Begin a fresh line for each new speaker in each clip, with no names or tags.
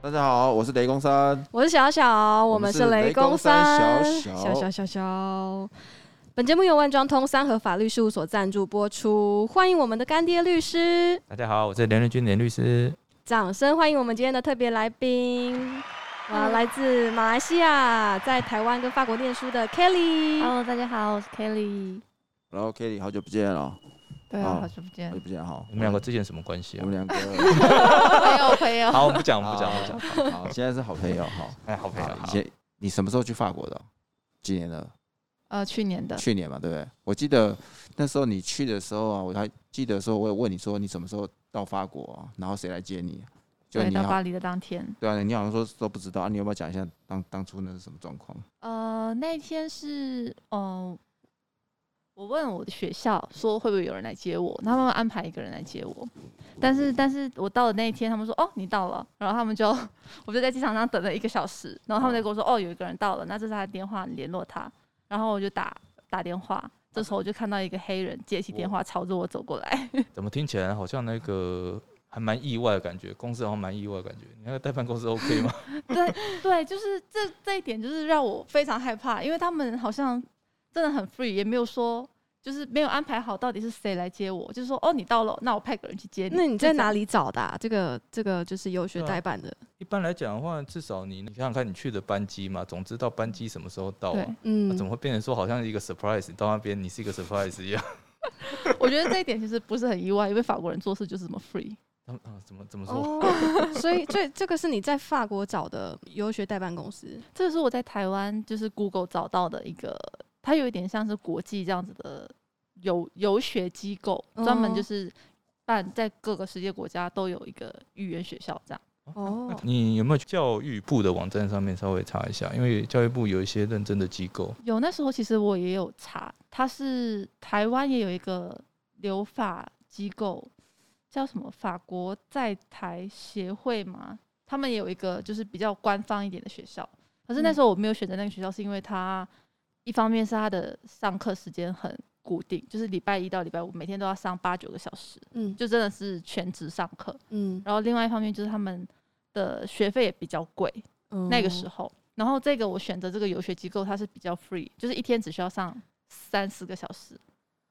大家好，我是雷公山。
我是小小，我
我
们
们
是
是
雷
雷
公
公
三
三
小
小小
小小小。本节目由万庄通三和法律事务所赞助播出，欢迎我们的干爹律师，
大家好，我是梁瑞君，梁律师。
掌声欢迎我们今天的特别来宾，啊，来自马来西亚，在台湾跟法国念书的 Kelly。
Hello，大家好，我是 Kelly。
然后 Kitty，好久不见了，
对
啊
啊，
好
好久不见
好久。不见哈。
我们两个之间什么关系
我
啊
们？两个，
朋友，朋友。
好，我们不讲，我们不讲，我们不讲。
讲。好，现在是好朋友哈。
哎，好朋友，
以
好
前你什么时候去法国的？今年的，
呃，去年的，
去年嘛，对不对？我记得那时候你去的时候啊，我还记得说，我有问你说你什么时候到法国啊，然后谁来接你？就
对，
你啊
到
好，
巴黎的当天。
对啊，你好像说都不知道啊，你要不要讲一下当当初那是什么状况？
呃，那一天是，呃，我问我的学校说会不会有人来接我，他们安排一个人来接我。但是，但是我到的那一天，他们说哦，你到了，然后他们就， 我就在机场上等了一个小时，然后他们就跟我说哦，有一个人到了，那这是他的电话，你联络他。然后我就打打电话，这时候我就看到一个黑人接起电话，朝着我走过来。
怎么听起来好像那个还蛮意外的感觉？公司好像蛮意外的感觉。你那个代办公司 OK 吗？
对，就是这这一点，就是让我非常害怕，因为他们好像真的很 free，也没有说，就是没有安排好到底是谁来接我，就是说哦，你到了，那我派个人去接你。
那你在哪
里？
里找的啊、这个这个就是游学
对啊
代办的，
一般来讲的话，至少你你想想看，你去的班机嘛，总知道班机什么时候到啊
对。
啊
嗯
怎，么会变成说好像一个 surprise？你到那边你是一个 surprise 一样？
我觉得这一点其实不是很意外，因为法国人做事就是这么 free。
他们啊，怎么怎么说？
哦，所以所以这个是你在法国找的游学代办公司，
这是我在台湾就是 Google 找到的一个，它有一点像是国际这样子的游游学机构，专门
哦
就是办在各个世界国家都有一个语言学校这样。
哦
你有没有去教育部的网站上面稍微查一下？因为教育部有一些认真的机构，
有那时候其实我也有查，它是台湾也有一个留法机构，叫什么法国在台协会嘛，他们也有一个就是比较官方一点的学校。可是那时候我没有选择那个学校，是因为它一方面是它的上课时间很固定，就是礼拜一到礼拜五每天都要上八九个小时，
嗯
就真的是全职上课。
嗯，
然后另外一方面就是他们的学费也比较贵，那个时
候，
候。然后这个我选择这个游学机构，它是比较 free，就是一天只需要上三四个小时，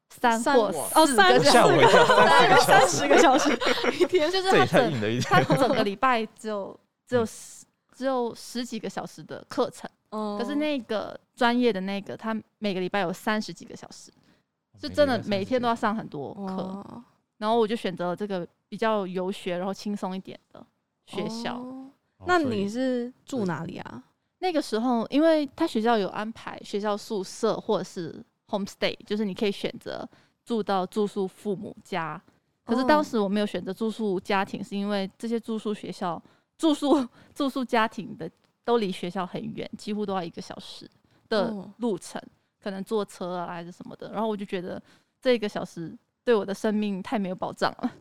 三
三
或
哦
四
三
个
个
小
吓我一跳，三十个小
三十
时，
个小时，
时， 就是
这也
它
太嗯
整
硬了一点。
它整个礼拜 只有只有十只有十几个小时的课程，可
可
是那个专业的那个，它每个礼拜有三十几个小时，
哦
就真的每天都要上很多课。
哇
然后我就选择了这个比较游学，然后轻松一点的学校。
哦
哦
那
所以
你是住哪里啊？
那个时候，因为他学校有安排学校宿舍或者是 homestay，就是你可以选择住到住宿父母家。可是当时我没有选择住宿家庭，是因为这些住宿学校、住宿住宿家庭的都离学校很远，几乎都要一个小时的
哦
路程，可能坐车啊还是什么的。然后我就觉得这一个小时对我的生命太没有保障了，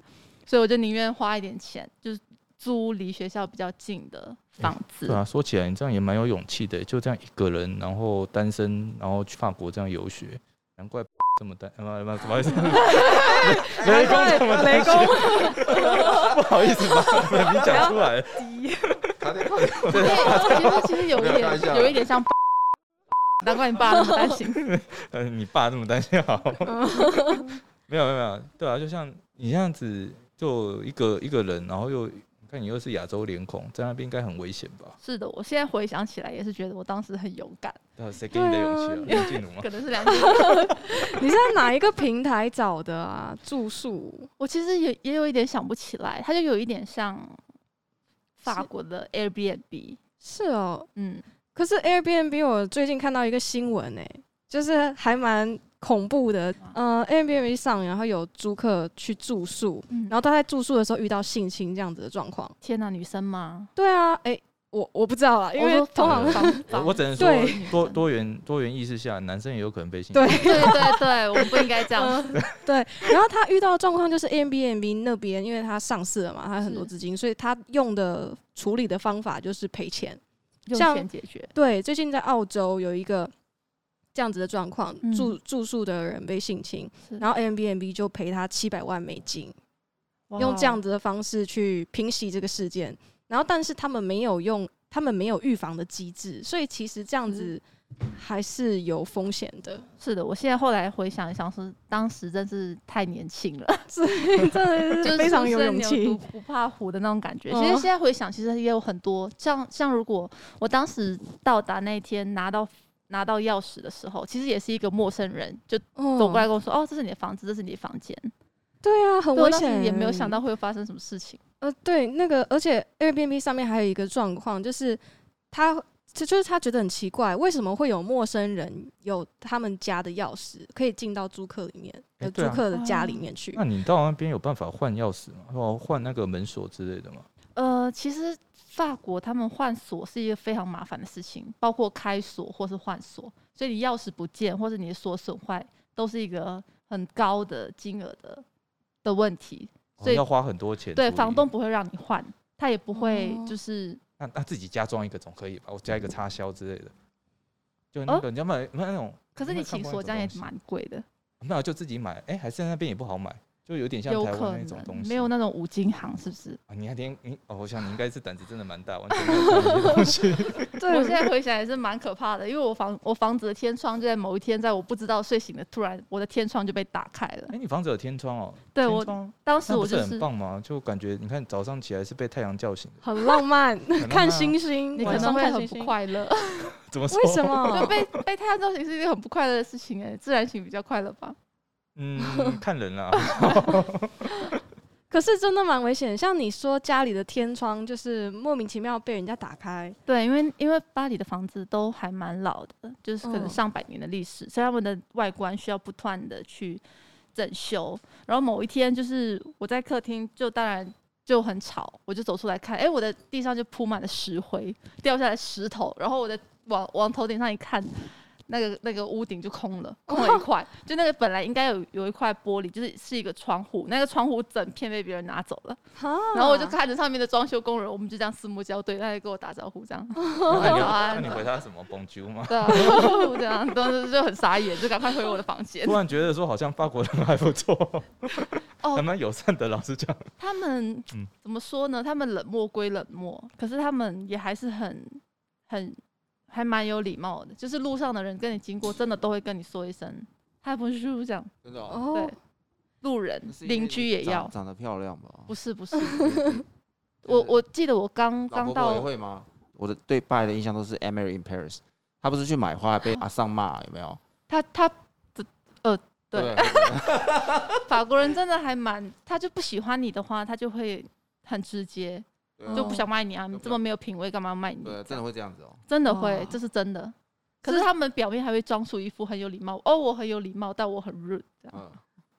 所以我就宁愿花一点钱，就是租离学校比较近的房子。
对啊，说起来你这样也蛮有勇气的，就这样一个人，然后单身，然后去法国这样游学，难怪 这么单，啊不不好意 思，
哎
雷公这么雷公， 不好意思吧， 你讲出来，
对，其实其实有一
没有开玩笑
点有一点像，难怪你爸那么担心。
呃，你爸这么担心 好，没有没有没有，对啊，就像你这样子，就一个一个人，然后又你看你又是亚洲脸孔，在那边应该很危险吧？
是的，我现在回想起来也是觉得我当时很勇敢，
对啊，谁给你的勇气啊？
对
梁静 茹吗？
可能是两个。
你是在哪一个平台找的啊？住宿？
我其实也也有一点想不起来，它就有一点像法国的 Airbnb，
是哦，
嗯，
可是 Airbnb 我最近看到一个新闻诶、就是还蛮恐怖的。呃，Airbnb 上，然后有租客去住宿，
嗯
然后他在住宿的时候遇到性侵这样子的状况。
天哪，女生吗？
对啊，诶、我我不知道啊，因为
我说
通常
对
房
我
房
我只能说
对
多多元多元意识下，男生也有可能被性侵
对
对对对，我们不应该这
嗯
样。
对，然后他遇到的状况就是 Airbnb 那边，因为他上市了嘛，他很多
是
资金，所以他用的处理的方法就是赔钱。
用
像
钱解决，
对，最近在澳洲有一个这样子的状况，
嗯
住住宿的人被性侵，
是
然后 Airbnb 就赔他七百万美金，用这样子的方式去平息这个事件。然后但是他们没有用，他们没有预防的机制，所以其实这
嗯
样子还是有风险 的。
是的，我现在后来回想一想，是当时真是太年轻了，
所以真的
就是
非常
初
有
生
勇
牛
气
犊。不怕虎的那种感觉。
嗯
其实现在回想，其实也有很多，像像如果我当时到达那一天拿到拿到钥匙的时候，其实也是一个陌生人就
走
走过来跟我说：“哦，这是你的房子，这是你的房间。
对啊，”很
对我
危
当时
险，
也没有想到会发生什么事情。
呃，对，那个，而且 Airbnb 上面还有一个状况，就是他，就就是他觉得很奇怪，为什么会有陌生人有他们家的钥匙可以进到租客里面，
哎
呃，
对
租
啊
客
哦
的家里面去？
那你到那边有办法换钥匙吗？或换那个门锁之类的吗？
呃，其实法国他们换锁是一个非常麻烦的事情，包括开锁或是换锁，所以你钥匙不见或者你的锁损坏，都是一个很高的金额的的问题。
哦
所以
要花很多钱处理。
对，房东不会让你换，他也不会
哦
就是
那那自己加装一个总可以吧？我加一个插销之类的，就那
哦
个你要买买那种，
可是
有没
你
有看
请
过
锁
那种
匠也
东西
蛮贵的，
没有就自己买。哎，还是那边也不好买，就有点像
有
台
可
湾那种东
能
西。
没有那种五金行，是不是？
啊，你那天你哦，我想你应该是胆子真的 蛮大，完全没有看过这些东西。
对
我现在回想也是蛮可怕的，因为我房我房子的天窗就在某一天，在我不知道睡醒的，突然我的天窗就被打开了
哎、。你房子有天窗哦？
对
天
我
窗
当时
那
我
不
就是是
很棒吗？就感觉你看早上起来是被太阳叫醒的，
很浪漫，
很浪漫
看
啊
星星，
你可
晚
能
上
会
看
很
星
不
星，
快 乐，
怎么说？
为什？
就
嗯哦
么？
被被太阳照醒是一个很不快乐的事情哎、自然醒比较快乐吧？
嗯，看人 啦、
可是真的蛮危险，像你说家里的天窗就是莫名其妙被人家打开，
对，因为因为巴黎的房子都还蛮老的，就是可能
嗯
上百年的历史，所以他们的外观需要不断的去整修。然后某一天，就是我在客厅，就当然就很吵，我就走出来看，哎、我的地上就铺满了石灰，掉下来石头，然后我的往往头顶上一看。那个那个屋顶就空了，空了一块，就那个本来应该有有一块玻璃，就是是一个窗户，那个窗户整片被别人拿走了。
哈，
然后我就看着上面的装修工人，我们就这样四目交对，他就跟我打招呼这样。
那你有
早安
那你回他什么 Bonjour 吗？
对啊，就这样，当时就很傻眼，就赶快回我的房间
突。然觉得说好像法国人还不错，
哦
还蛮友善的，老实讲。
他们
嗯
怎么说呢？他们冷漠归冷漠，可是他们也还是很很还蛮有礼貌的，就是路上的人跟你经过，真的都会跟你说一声“嗨，不叔”这样。
真的哦，
哦
对，路人
那是因为
邻居也
长
要，
长得漂亮吧？
不是 不是。
是，
我我记得我
老
刚刚
婆婆也
到
会吗？我的对拜的印象都是《Emily in Paris》，她不是去买花被阿尚骂有没有？
他他 对
对，
法国人真的还蛮，他就不喜欢你的话，他就会很直接，
对
就不想卖你啊！你
不
这么没有品味，干嘛卖你？
哦对，真的会这样 子哦。
真的
哇
会，这是真的。可是
这
他们表面还会装出一副很有礼貌，哦，我很有礼貌，但我很 rude，这样
嗯，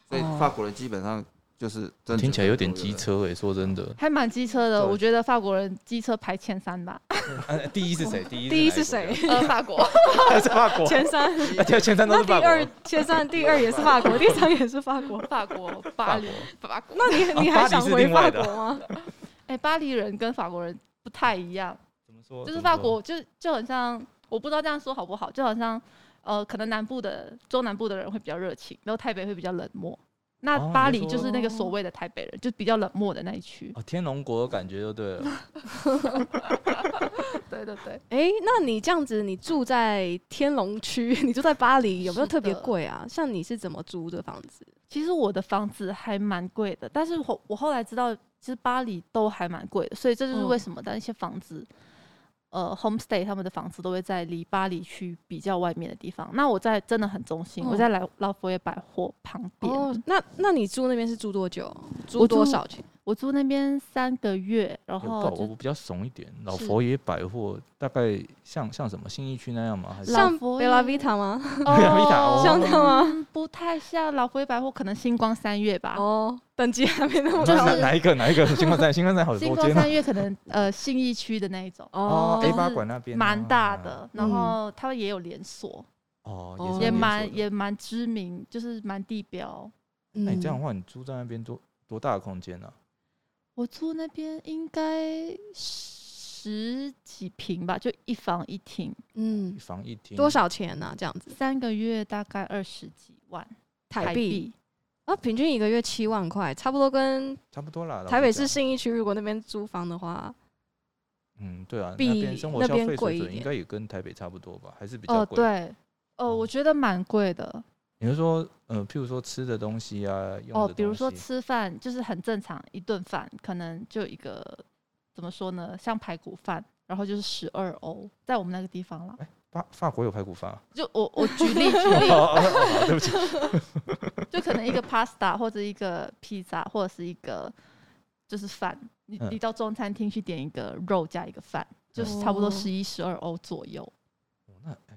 所
哦
以法国人基本上就是真的
听起来有点
机
机。车哎、说真的。
还蛮机车的。
对
我觉得法国人机车排前三吧，
啊第一是谁？第一
第一
哪
是
一国
谁？
呃，法国
家？是法国。
前 三，
而且前三都
那
是
第
法
二
国。
前三第二也是法 国，第三也是法国，
法国巴黎
国
法国，
那你你还
啊巴黎
想
是
回
另
法
外的
国吗？
哎，巴黎人跟法国人不太一样，
怎么说？
就是
怎么
法
说。
国就就很像，我不知道这样说好不好，就好像呃，可能南部的中南部的人会比较热情，然后台北会比较冷漠。那
哦
巴
你
黎
是
就是那个
说
所谓的台北人，就比较冷漠的那一区。
哦，天龙国的感觉就对了。
对对对，
哎、那你这样子，你住在天龙区，你住在巴黎，有没有
是
特别
的
贵啊？像你是怎么租的房子？
其实我的房子还蛮贵的，但是我我后来知道，其实巴黎都还蛮贵的，所以这就是
嗯
为什么的一些房子，呃，homestay 他们的房子都会在离巴黎区比较外面的地方。那我在真的很中心，
嗯
我在莱老佛爷百货旁边，
哦，那那你住那边是住多久？
我
多
住
少钱？
我住那边三个月，然
有吧
后
我
哦就
我比较怂一点，老
是
佛爷百货大概像像什么信义区那样吗？还是
老
像
佛
贝拉
爷
维塔 吗？
米塔哦
像他吗？
嗯不太像老佛爷百货，可能星光三月吧。
哦，等级还没那么
就
高。
哪
是
哪一个哪一个新光三新光三好
星
多
光
间啊
三月可能呃信义区的那一种，
哦
就
，A
是
八馆那边啊
蛮大的，然
嗯
后它也有连锁，
哦
哦，
算
也
连锁
蛮
的。
也蛮知名，就是蛮地标。
那哎你这样
嗯
的话，你住在那边多多大的空间啊呢？
我住那边应该十几平吧，就一房一厅，
嗯
一房一厅
多？少钱呢、啊？这样子
三个月大概二十几万
台币
币。
啊，平均一个月七万块，差不多跟
差不多啦。老
台
实
北市
讲
信义区如果那边租房的话，
嗯，对啊，那
比
边生活
那
消
边
费
贵
水
一
准应
点
该也跟台北差不多吧，还是比较
哦，
贵。
对，哦，我觉得蛮贵的。
你是说，呃，譬如说吃的东西啊，用的
哦，比如
东
说
西
吃饭就是很正常，一顿饭可能就一个怎么说呢，像排骨饭，然后就是十二欧，在我们那个地方啦。
法法国有排骨饭啊，
就我我举例 举
哦
例，
哦哦好对不起，
就可能一个 pasta 或者一个披萨或者是一个就是饭，你
嗯
你到中餐厅去点一个肉加一个饭，就是差不多
哦
十一十二欧左右。
哦那哎，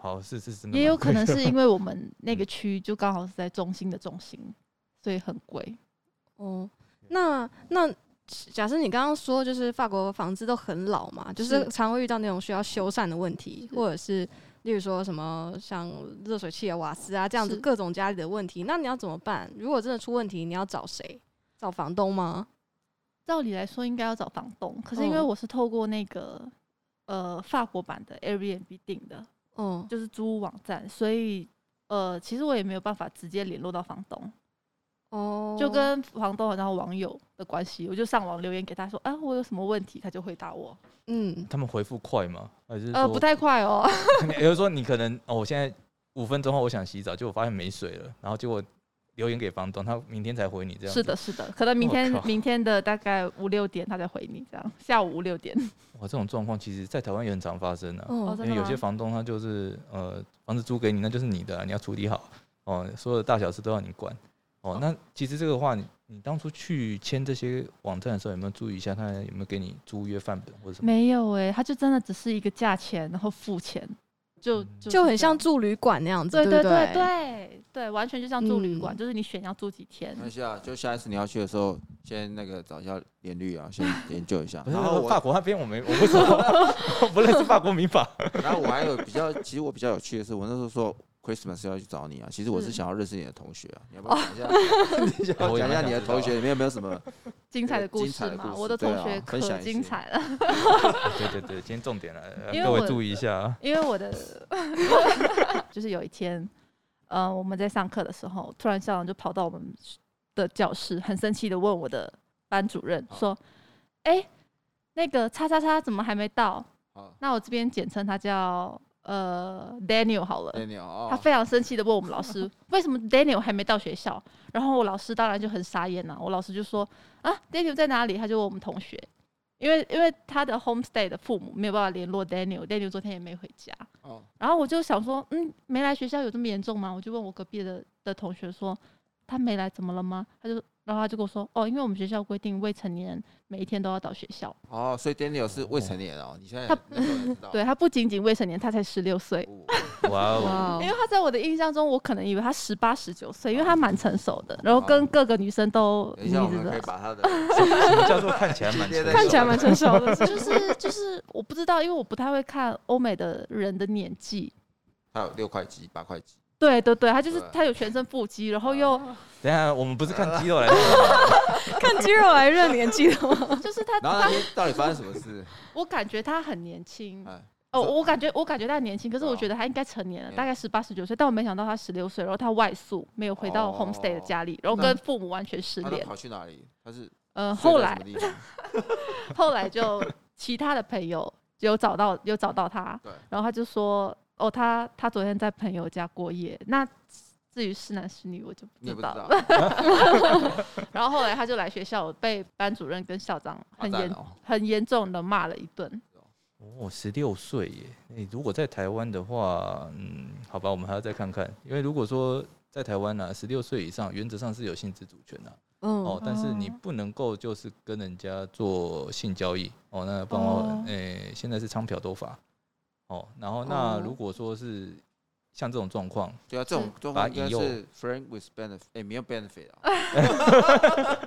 好是是真的，
也有可能是因为我们那个区就刚好是在中心的中心，所以很贵。嗯
哦，那那假设你刚刚说，就是法国房子都很老嘛，就是
是
常会遇到那种需要修缮的问题，
是
或者是例如说什么像热水器啊、瓦斯啊这样子
是
各种家里的问题，那你要怎么办？如果真的出问题，你要找谁？找房东吗？
照理来说应该要找房东，可是因为
嗯
我是透过那个、呃法国版的 Airbnb 订的，
哦、
就是租屋网站，所以呃其实我也没有办法直接联络到房东，
哦，
就跟房东然后网友的关系，我就上网留言给他说啊我有什么问题，他就回答我，
嗯
他们回复快吗？还是
呃
说
不太快哦，
也就是说，你可能哦，我现在五分钟后我想洗澡，结果发现没水了，然后结果留言给房东，他明天才回你这样。
是的，，是的，可能明
我
天
靠
明天的大概五六点他再回你，这样下午五六点，
哇，这种状况其实在台湾也很常发生啊。
哦
哦真
因为
的
有些
吗
房东他就是呃，房子租给你，那就是你的啊、你要处理好哦，所有的大小事都要你管哦
哦。
那其实这个话，你你当初去签这些网站的时候，有没有注意一下，他有没有给你租约范本或者什么？
没有哎、他就真的只是一个价钱，然后付钱，就
嗯
就
就是很
这样
像住旅馆那样子，
对
对
对
不
对对对，完全就像住旅
嗯
馆，就是你选要住几天
没。关系啊，就下一次你要去的时候，先那个找一下联律 啊，先研究一下。
不是
然后
法
我，
国那边我 没我不知道，我 不认识法国民法。
然后我还有比较，其实我比较有趣的是，我那时候说 Christmas 要去找你啊，其实我是
是
想要认识你的同学啊，你要
哦
不要讲一下？你想
我也
讲一
蛮
下
想
你的
知
同
道
学里面有没有什么？
精彩的故
精
事
彩的
嘛，
故
我
事
的
对
同
啊
学可
分享一些
精彩了，
对对对，今天重点了，呃
因为
各位
我
注意一下啊。
因为我的 就是有一天，呃，我们在上课的时候，突然校长就跑到我们的教室，很生气的问我的班主任说：“哎、那个叉叉叉怎么还没到
好？”，
那我这边简称他叫呃 Daniel 好了。
哎你哦
他，非常生气的问我们老师， 为什么 Daniel 还没到学校？然后我老师当然就很傻眼了、我老师就说啊，Daniel 在哪里？他就问我们同学，因为因为他的 homestay 的父母没有办法联络 Daniel，Daniel 昨天也没回家。
哦
然后我就想说，嗯，没来学校有这么严重吗？我就问我隔壁的的同学说，他没来怎么了吗？他就然后他就跟我说，哦，因为我们学校规定未成年人每一天都要到学校。
哦，所以 Daniel 是未成年哦，你现在
他
那时候也知道
对他不仅仅未成年，他才十六岁。
哦
哇
对，
哦，
哇哦
因为他在我的印象中，我可能以为他十八、十九岁，因为他蛮成熟的，然后跟各个女生都
哦等一
你
下，我
知
们
道
可以，把他的
什么叫做看起来 蛮成熟的？
看起来蛮成熟 的，是
就是就是我不知道，因为我不太会看欧美的人的年纪。
他有六块肌、八块肌，
对对对，他就是
对哦
他有全身腹肌，然后又
等一下，我们不是看肌肉来的，
看肌肉来认年纪的 吗？
就是他
然后那
他，
天到底发生什么事？
我感觉他很年轻
哎。
哦，
这
我感觉我感觉他很年轻，可是
对啊
我觉得他应该成年了，
嗯
大概十八十九岁，但我没想到他十六岁，然后他外宿，没有回到
哦
homestay 的家里，然后
那
跟父母完全失
他都
联。
跑去哪里？他是
嗯，
睡
后
在
来
什么地方
后来就其他的朋友有找到有找到他，
对，
然后他就说，哦，他他昨天在朋友家过夜。那至于是男是女，我就不
你也
知
不知
道。
道，
然后后来他就来学校，我被班主任跟校长很
啊
严、
赞哦
很严重的骂了一顿。
哦，十六岁耶！你、如果在台湾的话，嗯，好吧，我们还要再看看，因为如果说在台湾呢、啊，十六岁以上原则上是有性自主权的、
嗯，
哦，但是你不能够就是跟人家做性交易哦，那包括
哦
诶、现在是娼嫖斗法哦，然后那
哦
如果说是像这种状况，
对啊，这 种
是
状
把
况
他
应该
引诱
是 friend with benefit，哎，没有 benefit 啊，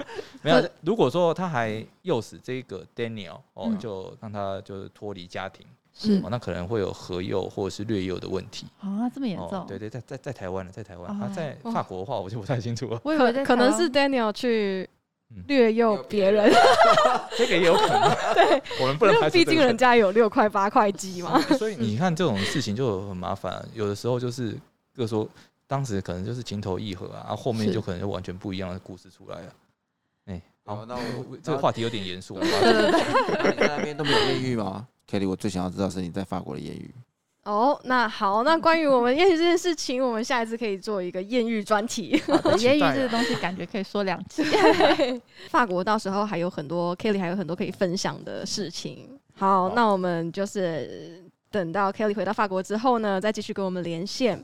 没有，啊如果说他还诱使这个 Daniel 哦，
嗯
就让他就是脱离家庭
是
哦，那可能会有合诱或者是略诱的问题。
啊，这么严重？
哦，对对，在在在台湾了，在台湾。他、啊
哦
在
哦
法国的话，我就不太清楚
。
了
我以为
嗯可
在
可
台
能
湾
是 Daniel 去
嗯
掠诱别人，
这个也有可能，对，我们不能
因
排
为
除
毕
这个
竟
可
人家有六块八块肌嘛。
能。所以你看这种事情就很麻烦、有的时候就是各说，当时可能就是情投意合啊，啊后面
是
就可能就完全不一样的故事出来了。哎、
好，啊那我
这个话题有点严肃。
对对对，你在那边都没有艳遇吗？Kelly，我最想要知道是你在法国的艳遇。
哦，那好，那关于我 们艳遇这件事情，我们下一次可以做一个艳遇专 题。
艳遇这个东西感觉可以说两集。
法国到时候还有很多 Kelly 还有很多可以分享的事情。好，那我们就是等到 Kelly 回到法国之后呢，再继续跟我们连线。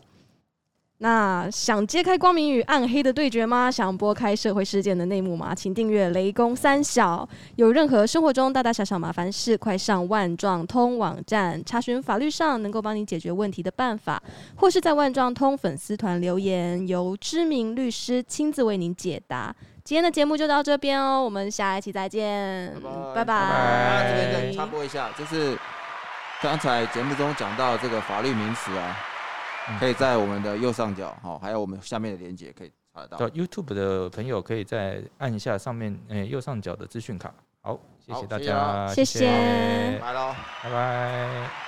那想揭开光明与暗黑的对决吗？想拨开社会事件的内幕吗？请订阅《雷公三小》。有任何生活中大大小小麻烦事，快上万状通网站查询法律上能够帮你解决问题的办法，或是在万状通粉丝团留言，由知名律师亲自为您解答。今天的节目就到这边哦，我们下一期再见，嗯拜
啊，这边
拜
再插播一下，就是刚才节目中讲到这个法律名词啊，
嗯
可以在我们的右上角，好，还有我们下面的连接可以查得到
对。YouTube 啊的朋友可以再按一下上面诶、右上角的资讯卡。好，谢
好
谢大
谢谢啊
家，
谢谢
拜喽。
拜拜。